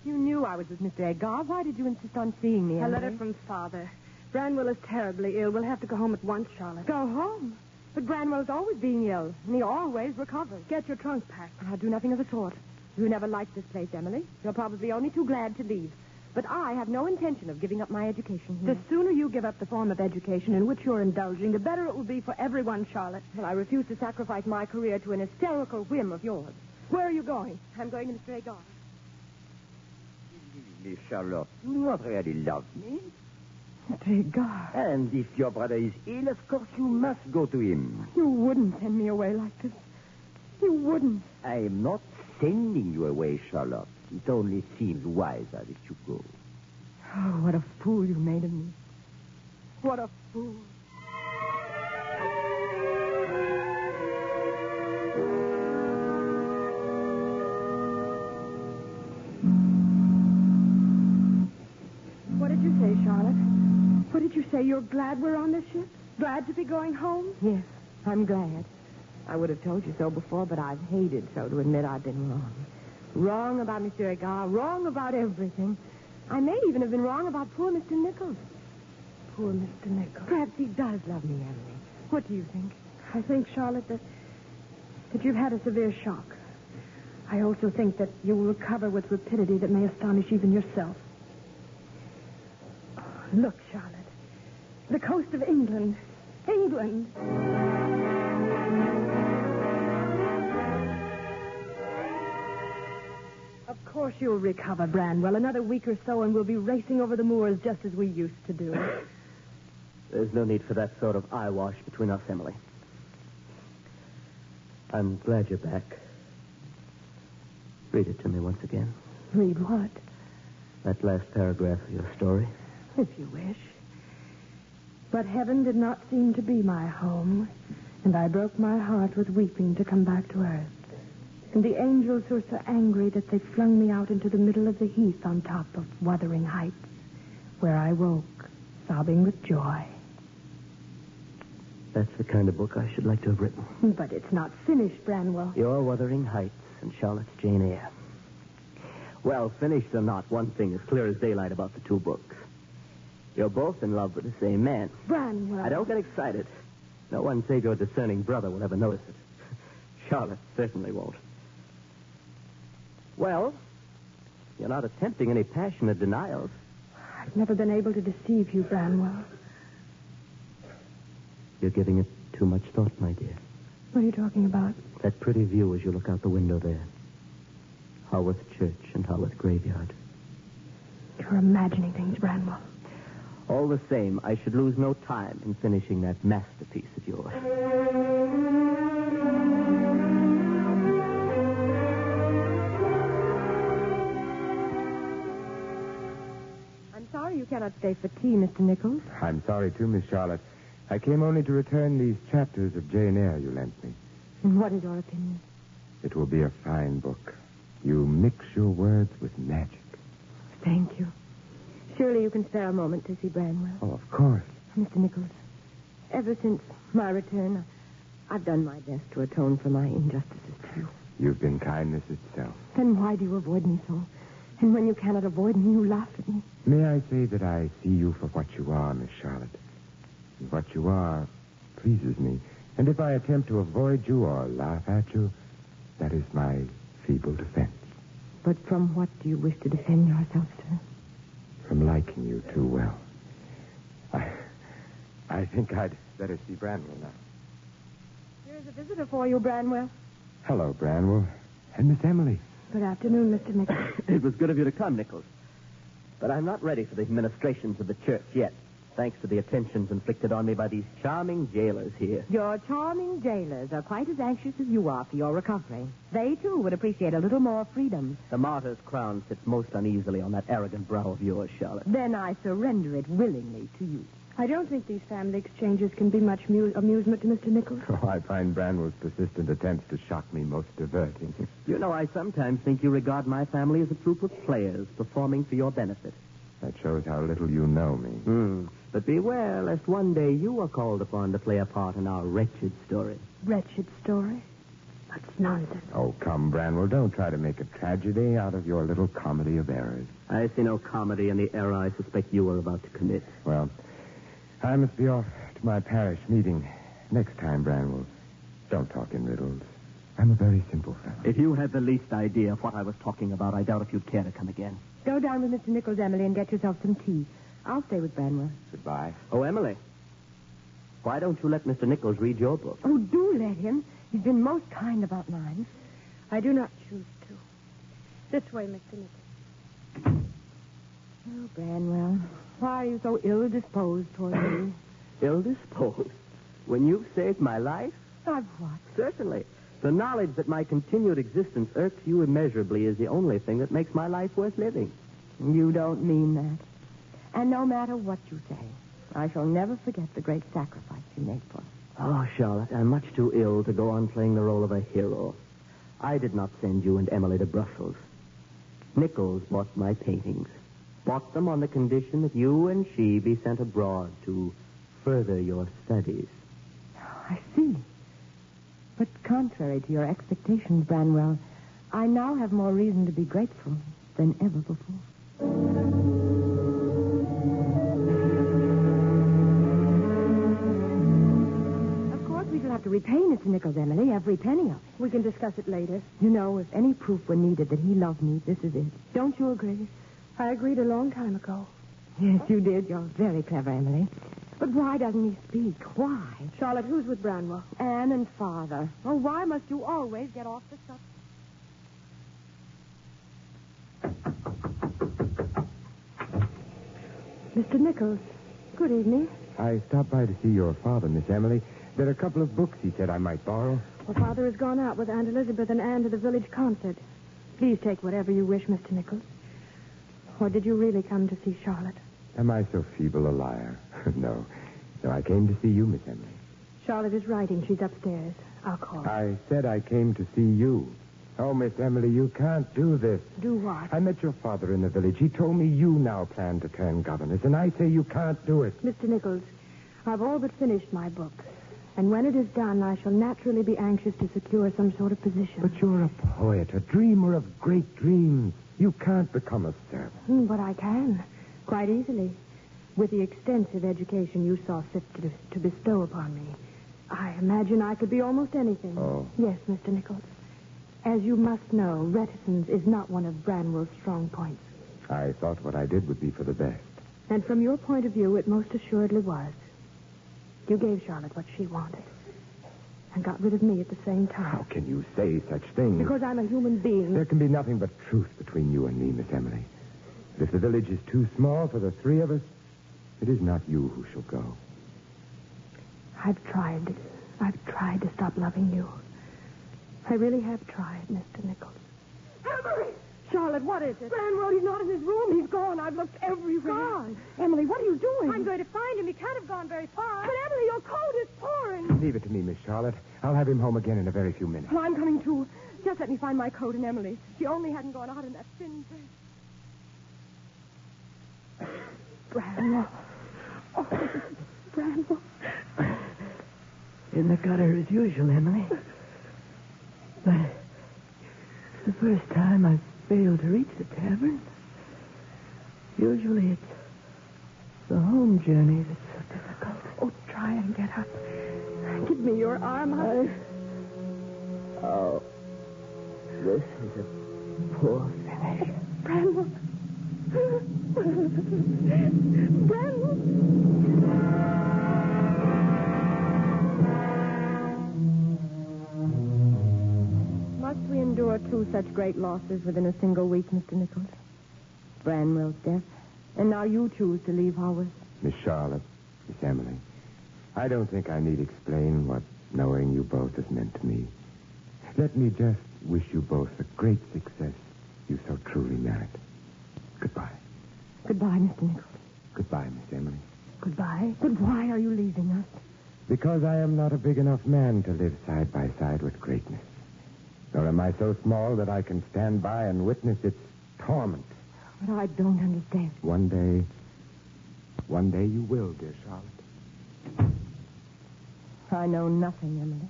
Speaker 5: You knew I was with Mr. Agar. Why did you insist on seeing me,
Speaker 17: A
Speaker 5: Emily?
Speaker 17: letter from Father. Branwell is terribly ill. We'll have to go home at once, Charlotte.
Speaker 5: Go home? But Branwell's always being ill, and he always recovers.
Speaker 17: Get your trunk packed.
Speaker 5: I'll do nothing of the sort. You never liked this place, Emily. You're probably only too glad to leave. But I have no intention of giving up my education here.
Speaker 17: The sooner you give up the form of education in which you're indulging, the better it will be for everyone, Charlotte.
Speaker 5: Well, I refuse to sacrifice my career to an hysterical whim of yours. Where are you going? I'm going to Mr. Agar.
Speaker 4: Really, Charlotte, you not really love me.
Speaker 5: Mr. Agar,
Speaker 4: And if your brother is ill, of course you must go to him.
Speaker 5: you wouldn't send me away like this. You wouldn't.
Speaker 4: I am not sending you away, Charlotte. It only seems wiser that you go.
Speaker 5: Oh, what a fool you made of me. What a fool.
Speaker 17: What did you say, Charlotte? What did you say? You're glad we're on this ship? Glad to be going home?
Speaker 5: Yes, I'm glad. I would have told you so before, but I've hated so to admit I've been wrong. Wrong about Mr. Agar, wrong about everything. I may even have been wrong about poor Mr. Nichols.
Speaker 17: Poor Mr. Nichols.
Speaker 5: Perhaps he does love me, Emily. What do you think?
Speaker 17: I think, Charlotte, that, that you've had a severe shock. I also think that you will recover with rapidity that may astonish even yourself. Oh, look, Charlotte. The coast of England. England. Of course you'll recover, Branwell. Another week or so, and we'll be racing over the moors just as we used to do.
Speaker 13: There's no need for that sort of eyewash between us, Emily. I'm glad you're back. Read it to me once again.
Speaker 5: Read what?
Speaker 13: A
Speaker 4: That last paragraph of your story?
Speaker 5: If you wish. But heaven did not seem to be my home, and I broke my heart with weeping to come back to earth. And the angels were so angry that they flung me out into the middle of the heath on top of Wuthering Heights, where I woke, sobbing with joy.
Speaker 4: That's the kind of book I should like to have written.
Speaker 5: But it's not finished, Branwell.
Speaker 4: Your Wuthering Heights and Charlotte's Jane Eyre. Well, finished or not, one thing is clear as daylight about the two books. You're both in love with the same man.
Speaker 5: Branwell.
Speaker 4: I don't get excited. No one save your discerning brother will ever notice it. Charlotte certainly won't. Well, you're not attempting any passionate denials.
Speaker 5: I've never been able to deceive you, Branwell.
Speaker 4: You're giving it too much thought, my dear.
Speaker 5: What are you talking about?
Speaker 4: That pretty view as you look out the window there. Haworth Church and Haworth Graveyard.
Speaker 5: You're imagining things, Branwell.
Speaker 4: All the same, I should lose no time in finishing that masterpiece of yours.
Speaker 5: I'm sorry you cannot stay for tea, Mr. Nichols.
Speaker 10: I'm sorry, too, Miss Charlotte. I came only to return these chapters of Jane Eyre you lent me.
Speaker 5: And what is your opinion?
Speaker 10: It will be a fine book. You mix your words with magic.
Speaker 5: Thank you. Surely you can spare a moment to see Branwell.
Speaker 10: Oh, of course.
Speaker 5: Mr. Nichols, ever since my return, I've done my best to atone for my injustices to you.
Speaker 10: You've been kindness itself.
Speaker 5: Then why do you avoid me so? And when you cannot avoid me, you laugh at me.
Speaker 10: May I say that I see you for what you are, Miss Charlotte? And what you are pleases me. And if I attempt to avoid you or laugh at you, that is my feeble defense.
Speaker 5: But from what do you wish to defend yourself, sir?
Speaker 10: From liking you too well. I, I think I'd better see Branwell now.
Speaker 5: There is a visitor for you, Branwell.
Speaker 10: Hello, Branwell. And Miss Emily.
Speaker 5: Good afternoon, Mr. Nichols.
Speaker 4: It was good of you to come, Nichols. But I'm not ready for the ministrations of the church yet, thanks to the attentions inflicted on me by these charming jailers here.
Speaker 19: Your charming jailers are quite as anxious as you are for your recovery. They, too, would appreciate a little more freedom.
Speaker 4: The martyr's crown sits most uneasily on that arrogant brow of yours, Charlotte.
Speaker 19: Then I surrender it willingly to you.
Speaker 5: I don't think these family exchanges can be much mu- amusement to Mr. Nichols.
Speaker 10: Oh, I find Branwell's persistent attempts to shock me most diverting.
Speaker 4: You know, I sometimes think you regard my family as a troupe of players performing for your benefit.
Speaker 10: That shows how little you know me.
Speaker 4: Hmm. But beware lest one day you are called upon to play a part in our wretched story.
Speaker 5: Wretched story? That's nonsense.
Speaker 10: Oh, come, Branwell, don't try to make a tragedy out of your little comedy of errors.
Speaker 4: I see no comedy in the error I suspect you are about to commit.
Speaker 10: Well, I must be off to my parish meeting. Next time, Branwell, don't talk in riddles. I'm a very simple fellow.
Speaker 4: If you had the least idea of what I was talking about, I doubt if you'd care to come again.
Speaker 5: Go down with Mr. Nichols, Emily, and get yourself some tea. I'll stay with Branwell.
Speaker 10: Goodbye.
Speaker 4: Oh, Emily. Why don't you let Mr. Nichols read your book?
Speaker 5: Oh, do let him. He's been most kind about mine. I do not choose to. This way, Mr. Nichols. Oh, Branwell, why are you so ill disposed toward me?
Speaker 4: Ill disposed? When you've saved my life?
Speaker 5: I've what?
Speaker 4: Certainly. The knowledge that my continued existence irks you immeasurably is the only thing that makes my life worth living.
Speaker 5: You don't mean that. And no matter what you say, I shall never forget the great sacrifice you made for us.
Speaker 4: Oh, Charlotte, I'm much too ill to go on playing the role of a hero. I did not send you and Emily to Brussels. Nichols bought my paintings, bought them on the condition that you and she be sent abroad to further your studies.
Speaker 5: I see. But contrary to your expectations, Branwell, I now have more reason to be grateful than ever before. Of course, we shall have to repay Mr. Nichols, Emily, every penny of it. We can discuss it later. You know, if any proof were needed that he loved me, this is it. Don't you agree? I agreed a long time ago. Yes, you did. You're very clever, Emily. But why doesn't he speak? Why? Charlotte, who's with Branwell? Anne and Father. Oh, why must you always get off the subject? Mr. Nichols, good evening.
Speaker 10: I stopped by to see your father, Miss Emily. There are a couple of books he said I might borrow.
Speaker 5: Well, Father has gone out with Aunt Elizabeth and Anne to the village concert. Please take whatever you wish, Mr. Nichols. Or did you really come to see Charlotte?
Speaker 10: Am I so feeble a liar? no. No, I came to see you, Miss Emily.
Speaker 5: Charlotte is writing. She's upstairs. I'll call. her.
Speaker 10: I said I came to see you. Oh, Miss Emily, you can't do this.
Speaker 5: Do what?
Speaker 10: I met your father in the village. He told me you now plan to turn governess, and I say you can't do it.
Speaker 5: Mr. Nichols, I've all but finished my book. And when it is done, I shall naturally be anxious to secure some sort of position.
Speaker 10: But you're a poet, a dreamer of great dreams. You can't become a servant.
Speaker 5: Hmm, But I can, quite easily, with the extensive education you saw fit to, to bestow upon me. I imagine I could be almost anything.
Speaker 10: Oh.
Speaker 5: Yes, Mr. Nichols. As you must know, reticence is not one of Branwell's strong points.
Speaker 10: I thought what I did would be for the best.
Speaker 5: And from your point of view, it most assuredly was. You gave Charlotte what she wanted and got rid of me at the same time.
Speaker 10: How can you say such things?
Speaker 5: Because I'm a human being.
Speaker 10: There can be nothing but truth between you and me, Miss Emily. But if the village is too small for the three of us, it is not you who shall go.
Speaker 5: I've tried. I've tried to stop loving you. I really have tried, Mr. Nichols.
Speaker 17: Emily!
Speaker 5: Charlotte, what is it?
Speaker 17: Branwell, he's not in his room. He's gone. I've looked everywhere. Gone?
Speaker 5: Emily, what are you doing?
Speaker 17: I'm going to find him. He can't have gone very far. But, Emily, your coat is pouring.
Speaker 10: Leave it to me, Miss Charlotte. I'll have him home again in a very few minutes.
Speaker 17: Well, I'm coming too. Just let me find my coat and Emily. She only hadn't gone out in that thin dress.
Speaker 5: Branwell. Oh,
Speaker 17: Branwell.
Speaker 13: In the gutter as usual, Emily. But it's the first time I've failed to reach the tavern. Usually it's the home journey that's so difficult.
Speaker 5: Oh, try and get up. Give me your arm. I...
Speaker 13: Oh, this is a poor finish.
Speaker 17: Branwell. Branwell.
Speaker 5: Must we endure two such great losses within a single week, Mr. Nichols? Branwell's death. And now you choose to leave Haworth.
Speaker 10: Miss Charlotte, Miss Emily, I don't think I need explain what knowing you both has meant to me. Let me just wish you both the great success you so truly merit. Goodbye.
Speaker 5: Goodbye, Mr. Nichols.
Speaker 10: Goodbye, Miss Emily.
Speaker 5: Goodbye. But why are you leaving us?
Speaker 10: Because I am not a big enough man to live side by side with greatness. Nor am I so small that I can stand by and witness its torment.
Speaker 5: But I don't understand.
Speaker 10: One day, one day you will, dear Charlotte.
Speaker 5: I know nothing, Emily.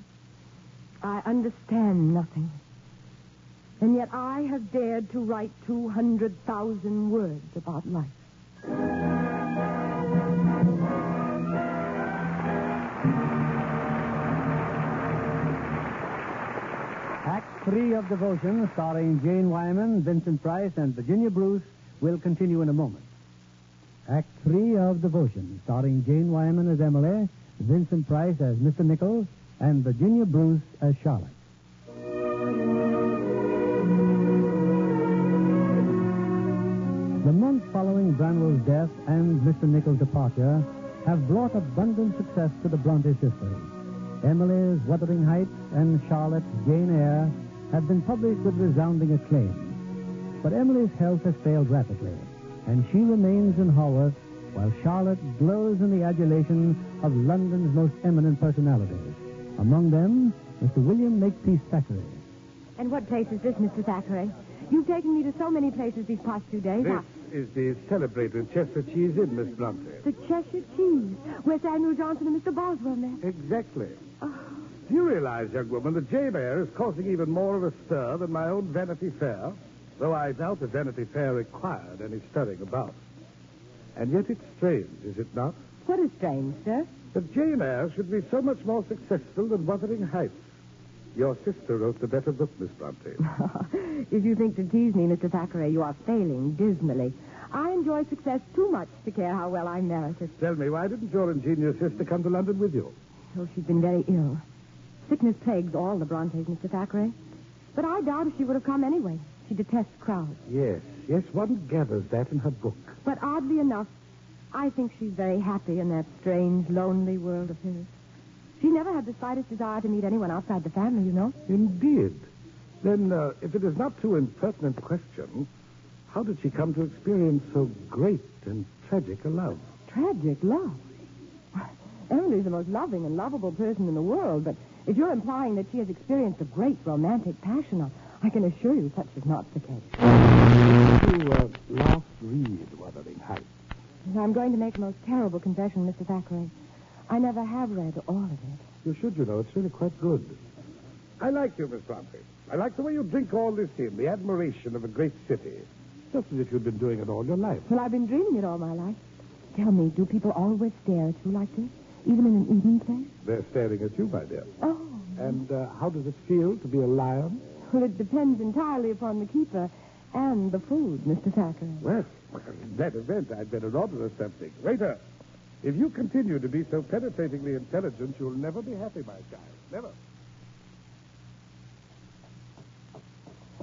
Speaker 5: I understand nothing. And yet I have dared to write 200,000 words about life.
Speaker 3: Act three of Devotion, starring Jane Wyman, Vincent Price, and Virginia Bruce, will continue in a moment. Act three of Devotion, starring Jane Wyman as Emily, Vincent Price as Mr. Nichols, and Virginia Bruce as Charlotte. The months following Branwell's death and Mr. Nichols' departure have brought abundant success to the Bronte sisters. Emily's Wuthering Heights and Charlotte's Jane Eyre have been published with resounding acclaim. But Emily's health has failed rapidly, and she remains in Haworth while Charlotte glows in the adulation of London's most eminent personalities. Among them, Mr. William Makepeace Thackeray.
Speaker 19: And what place is this, Mr. Thackeray? You've taken me to so many places these past few days.
Speaker 20: This is the celebrated Chester Cheese Inn, Miss Bluntay.
Speaker 19: The Cheshire Cheese, where Samuel Johnson and Mr. Boswell met.
Speaker 20: Exactly. Do you realize, young woman, that Jane Eyre is causing even more of a stir than my own Vanity Fair? Though I doubt that Vanity Fair required any stirring about. And yet it's strange, is it not?
Speaker 19: What is strange, sir?
Speaker 20: That Jane Eyre should be so much more successful than Wuthering Heights. Your sister wrote the better book, Miss Bronte.
Speaker 19: if you think to tease me, Mr. Thackeray, you are failing dismally. I enjoy success too much to care how well I merit it.
Speaker 20: Tell me, why didn't your ingenious sister come to London with you?
Speaker 19: Oh, she's been very ill. Sickness plagues all the Brontes, Mr. Thackeray. But I doubt if she would have come anyway. She detests crowds.
Speaker 20: Yes, yes, one gathers that in her book.
Speaker 19: But oddly enough, I think she's very happy in that strange, lonely world of hers. She never had the slightest desire to meet anyone outside the family, you know.
Speaker 20: Indeed. Then, uh, if it is not too impertinent a question,
Speaker 3: How did she come to experience so great and tragic a love?
Speaker 5: Tragic love. Emily's the most loving and lovable person in the world, but if you're implying that she has experienced a great romantic passion, I can assure you such is not the case.
Speaker 3: You uh, last read Wuthering Heights.
Speaker 5: I'm going to make a most terrible confession, Mr. Thackeray. I never have read all of it.
Speaker 3: You should, you know. It's really quite good. I like you, Miss Romfrey. I like the way you drink all this in, the admiration of a great city. Just as if you'd been doing it all your life.
Speaker 5: Well, I've been dreaming it all my life. Tell me, do people always stare at you like this, even in an evening play?
Speaker 3: They're staring at you, my dear.
Speaker 5: Oh.
Speaker 3: And uh, how does it feel to be a lion?
Speaker 5: Well, it depends entirely upon the keeper and the food, Mr. Thackeray.
Speaker 3: Well, in that event, I'd better order us something. Waiter, if you continue to be so penetratingly intelligent, you'll never be happy, my child. Never.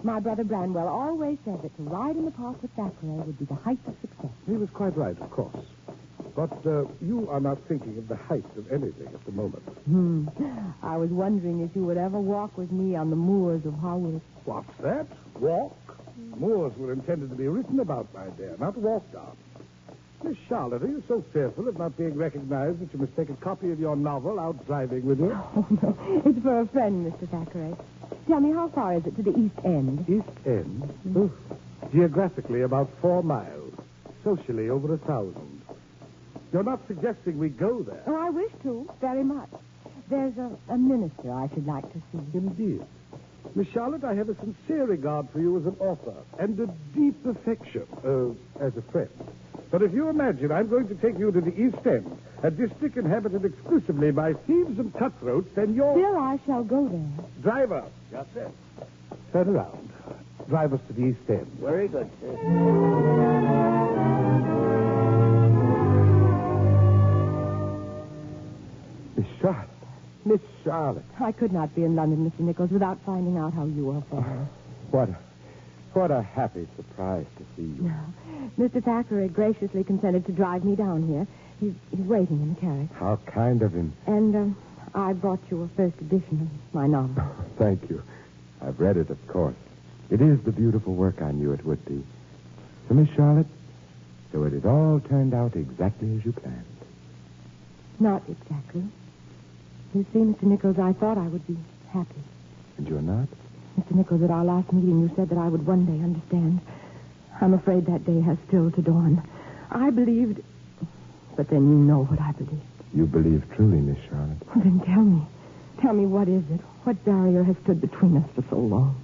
Speaker 5: My brother Branwell always said that to ride in the park with Thackeray would be the height of success.
Speaker 3: He was quite right, of course. But uh, you are not thinking of the height of anything at the moment.
Speaker 5: Hmm. I was wondering if you would ever walk with me on the moors of Haworth.
Speaker 3: What's that? Walk? Moors were intended to be written about, my dear, not walked on. Miss Charlotte, are you so fearful of not being recognized that you must take a copy of your novel out driving with you?
Speaker 5: Oh, no. It's for a friend, Mr. Thackeray. Tell me, how far is it to the East End?
Speaker 3: East End? Oh, geographically, about four miles. Socially, over a thousand. You're not suggesting we go there.
Speaker 5: Oh, I wish to, very much. There's a, a minister I should like to see.
Speaker 3: Indeed. Miss Charlotte, I have a sincere regard for you as an author and a deep affection uh, as a friend. But if you imagine I'm going to take you to the East End, a district inhabited exclusively by thieves and cutthroats, then you're.
Speaker 5: Still, I shall go there.
Speaker 3: Driver. Yes, sir. Turn around. Drive us to the East End.
Speaker 21: Very good, sir.
Speaker 10: Miss Charlotte. Miss Charlotte.
Speaker 5: I could not be in London, Mr. Nichols, without finding out how you are faring.
Speaker 10: What a, what a happy surprise to see you.
Speaker 5: Mr. Thackeray graciously consented to drive me down here. He's, he's waiting in the carriage.
Speaker 10: How kind of him.
Speaker 5: And um, I brought you a first edition of my novel.
Speaker 10: Thank you. I've read it, of course. It is the beautiful work I knew it would be. So, Miss Charlotte, so it has all turned out exactly as you planned.
Speaker 5: Not exactly. You see, Mr. Nichols, I thought I would be happy.
Speaker 10: And you're not?
Speaker 5: Mr. Nichols, at our last meeting, you said that I would one day understand. I'm afraid that day has still to dawn. I believed. But then you know what I believe.
Speaker 10: You believe truly, Miss Charlotte.
Speaker 5: Well, then tell me. Tell me, what is it? What barrier has stood between us for so long?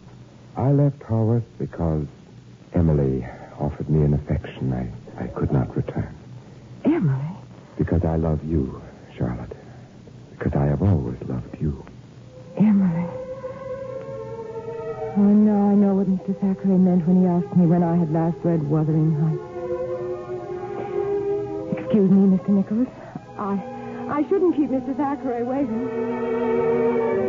Speaker 10: I left Haworth because Emily offered me an affection I, I could not return.
Speaker 5: Emily?
Speaker 10: Because I love you, Charlotte. Because I have always loved you.
Speaker 5: Emily. Oh, now I know what Mr. Thackeray meant when he asked me when I had last read Wuthering Heights. Excuse me, Mr. Nichols. I, I shouldn't keep Mr. Thackeray waiting.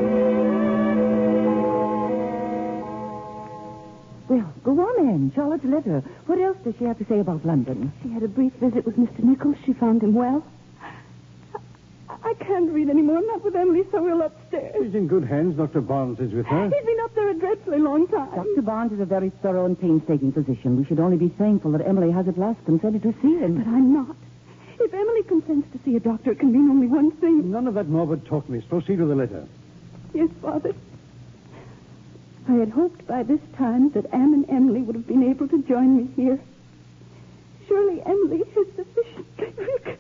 Speaker 22: Well, go on in. Charlotte's letter. What else does she have to say about London?
Speaker 23: She had a brief visit with Mr. Nichols. She found him well. I, I can't read any more. Not with Emily so ill upstairs.
Speaker 3: She's in good hands. Dr. Barnes is with her.
Speaker 23: He's been up there a dreadfully long time.
Speaker 22: Dr. Barnes is a very thorough and painstaking physician. We should only be thankful that Emily has at last consented to see him.
Speaker 23: But I'm not. If Emily consents to see a doctor, it can mean only one thing.
Speaker 3: None of that morbid talk, miss. Proceed with the letter.
Speaker 23: Yes, Father. I had hoped by this time that Anne and Emily would have been able to join me here. Surely Emily is sufficiently weak.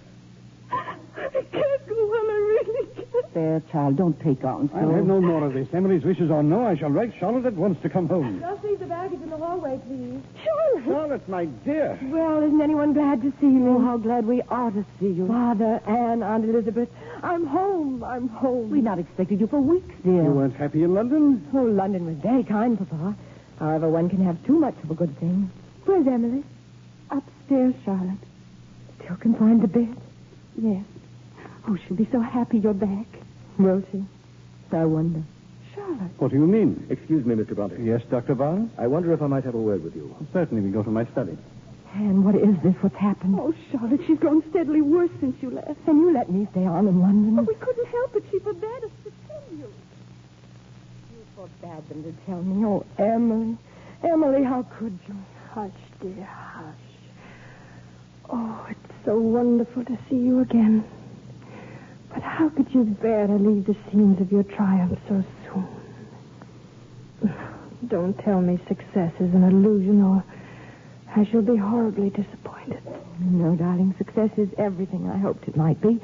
Speaker 23: I can't go on, I really can't.
Speaker 22: There, child, don't take on so.
Speaker 3: I'll have no more of this. Emily's wishes or no, I shall write Charlotte at once to come home.
Speaker 24: Just leave the baggage in the hallway, please.
Speaker 23: Surely.
Speaker 3: Charlotte, my dear.
Speaker 5: Well, isn't anyone glad to see me?
Speaker 22: Oh, how glad we are to see you.
Speaker 5: Father, Anne, Aunt Elizabeth, I'm home. I'm home.
Speaker 22: We've not expected you for weeks, dear.
Speaker 3: You weren't happy in London?
Speaker 5: Oh, London was very kind, Papa. However, one can have too much of a good thing. Where's Emily?
Speaker 23: Upstairs, Charlotte.
Speaker 5: Still confined to bed?
Speaker 23: Yes. Oh, she'll be so happy you're back.
Speaker 5: Will she? I wonder.
Speaker 23: Charlotte.
Speaker 3: What do you mean?
Speaker 25: Excuse me, Mr. Bronte.
Speaker 3: Yes, Dr. Barnes?
Speaker 25: I wonder if I might have a word with you.
Speaker 3: Certainly, we go to my study.
Speaker 5: Anne, what is this? What's happened?
Speaker 23: Oh, Charlotte, she's grown steadily worse since you left.
Speaker 5: Can you let me stay on in London?
Speaker 23: But we couldn't help it. She forbade us to tell you.
Speaker 5: You forbade them to tell me. Oh, Emily. Emily, how could you? Hush, dear, hush. Oh, it's so wonderful to see you again. But how could you bear to leave the scenes of your triumph so soon? Don't tell me success is an illusion, or I shall be horribly disappointed.
Speaker 26: No, darling, success is everything I hoped it might be.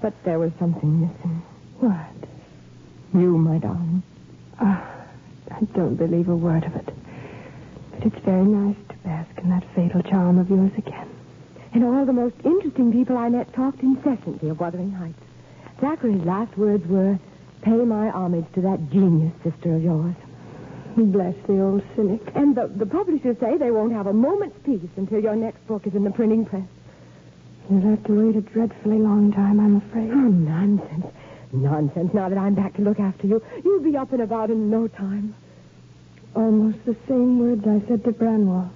Speaker 26: But there was something missing.
Speaker 5: What?
Speaker 26: You, my darling.
Speaker 5: Ah, I don't believe a word of it. But it's very nice to bask in that fatal charm of yours again.
Speaker 26: And all the most interesting people I met talked incessantly of Wuthering Heights. Zachary's last words were, pay my homage to that genius sister of yours.
Speaker 5: Bless the old cynic.
Speaker 26: And the, the publishers say they won't have a moment's peace until your next book is in the printing press.
Speaker 5: You'll have to wait a dreadfully long time, I'm afraid.
Speaker 26: Oh, nonsense. Nonsense, now that I'm back to look after you. You'll be up and about in no time.
Speaker 5: Almost the same words I said to Branwell.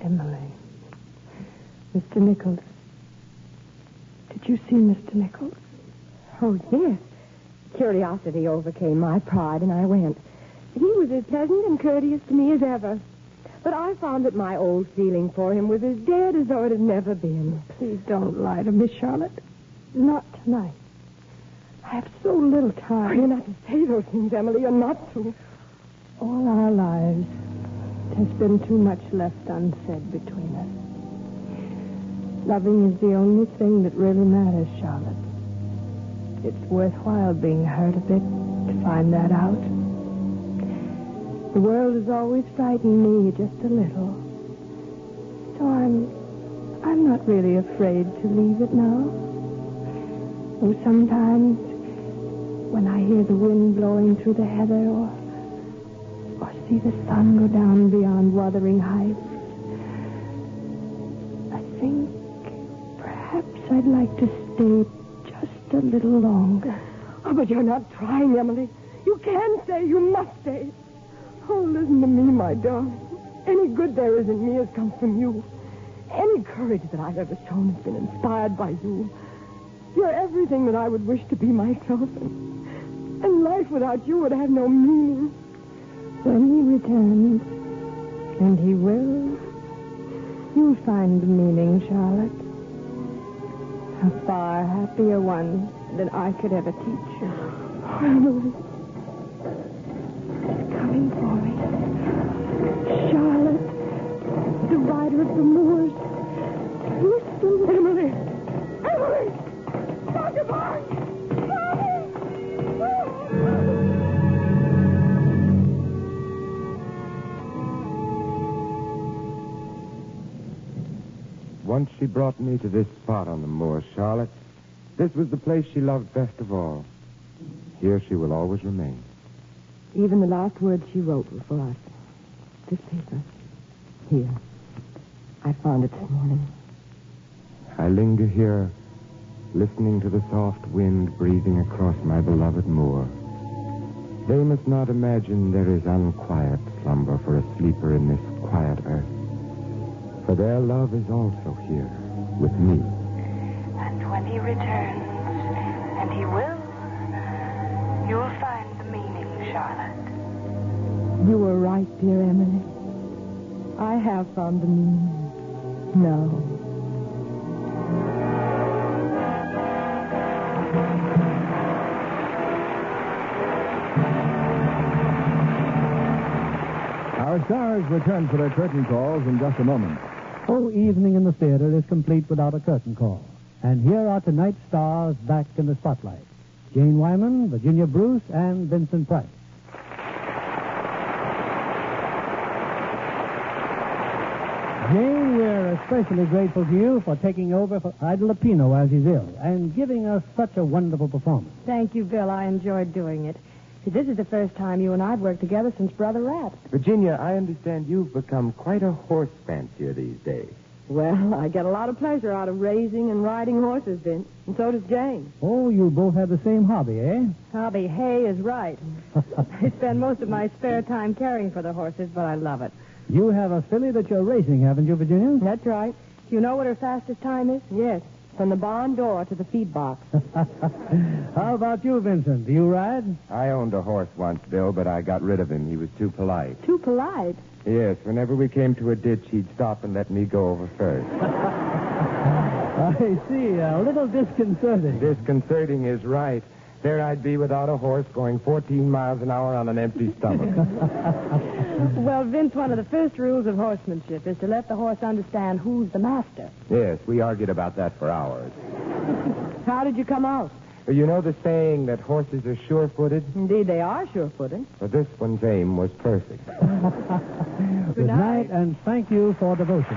Speaker 5: Emily. Mr. Nichols. Did you see Mr. Nichols?
Speaker 26: Oh, yes. Curiosity overcame my pride, and I went. He was as pleasant and courteous to me as ever. But I found that my old feeling for him was as dead as though it had never been.
Speaker 5: Please don't lie to me, Charlotte. Not tonight. I have so little time.
Speaker 26: Oh, you're not to say those things, Emily. You're not to.
Speaker 5: All our lives, there's been too much left unsaid between us. Loving is the only thing that really matters, Charlotte. It's worthwhile being hurt a bit to find that out. The world has always frightened me just a little. So I'm I'm not really afraid to leave it now. Though sometimes when I hear the wind blowing through the heather or or see the sun go down beyond Wuthering Heights, I think perhaps I'd like to stay just a little longer.
Speaker 26: Oh, but you're not trying, Emily. You can stay. You must stay. Oh, listen to me, my darling. Any good there is in me has come from you. Any courage that I've ever shown has been inspired by you. You're everything that I would wish to be myself. And, and life without you would have no meaning.
Speaker 5: When he returns, and he will, you'll find meaning, Charlotte. A far happier one than I could ever teach you. Oh, Emily coming for me. Charlotte, the rider of the moors. Listen,
Speaker 26: Emily. Emily! Dr. Barnes!
Speaker 3: Once she brought me to this spot on the moor, Charlotte. This was the place she loved best of all. Here she will always remain.
Speaker 26: Even the last words she wrote were for us. This paper. Here. I found it this morning.
Speaker 3: I linger here, listening to the soft wind breathing across my beloved moor. They must not imagine there is unquiet slumber for a sleeper in this quiet earth. For their love is also here, with me.
Speaker 9: And when he returns, and he will, you'll find. Charlotte.
Speaker 26: You were right, dear Emily. I have found the meaning. No.
Speaker 27: Our stars return for their curtain calls in just a moment.
Speaker 28: Oh, evening in the theater is complete without a curtain call. And here are tonight's stars back in the spotlight. Jane Wyman, Virginia Bruce, and Vincent Price. Jane, we're especially grateful to you for taking over for Ida Lupino as he's ill and giving us such a wonderful performance.
Speaker 29: Thank you, Bill. I enjoyed doing it. See, this is the first time you and I've worked together since Brother Rat.
Speaker 3: Virginia, I understand you've become quite a horse fancier these days.
Speaker 29: Well, I get a lot of pleasure out of raising and riding horses, Vince. And so does Jane.
Speaker 28: Oh, you both have the same hobby, eh?
Speaker 29: Hobby hay is right. I spend most of my spare time caring for the horses, but I love it.
Speaker 28: You have a filly that you're racing, haven't you, Virginia?
Speaker 29: That's right. Do you know what her fastest time is?
Speaker 28: Yes.
Speaker 5: From the barn door to the feed box.
Speaker 3: How about you, Vincent? Do you ride?
Speaker 10: I owned a horse once, Bill, but I got rid of him. He was too polite.
Speaker 5: Too polite.
Speaker 10: Yes, whenever we came to a ditch, he'd stop and let me go over first.
Speaker 3: I see. A little disconcerting.
Speaker 10: Disconcerting is right. There I'd be without a horse going 14 miles an hour on an empty stomach.
Speaker 5: well, Vince, one of the first rules of horsemanship is to let the horse understand who's the master.
Speaker 10: yes, we argued about that for hours.
Speaker 5: How did you come out?
Speaker 10: You know the saying that horses are sure footed?
Speaker 5: Indeed, they are sure footed.
Speaker 10: Well, this one's aim was perfect.
Speaker 3: Good, night. and thank you for devotion.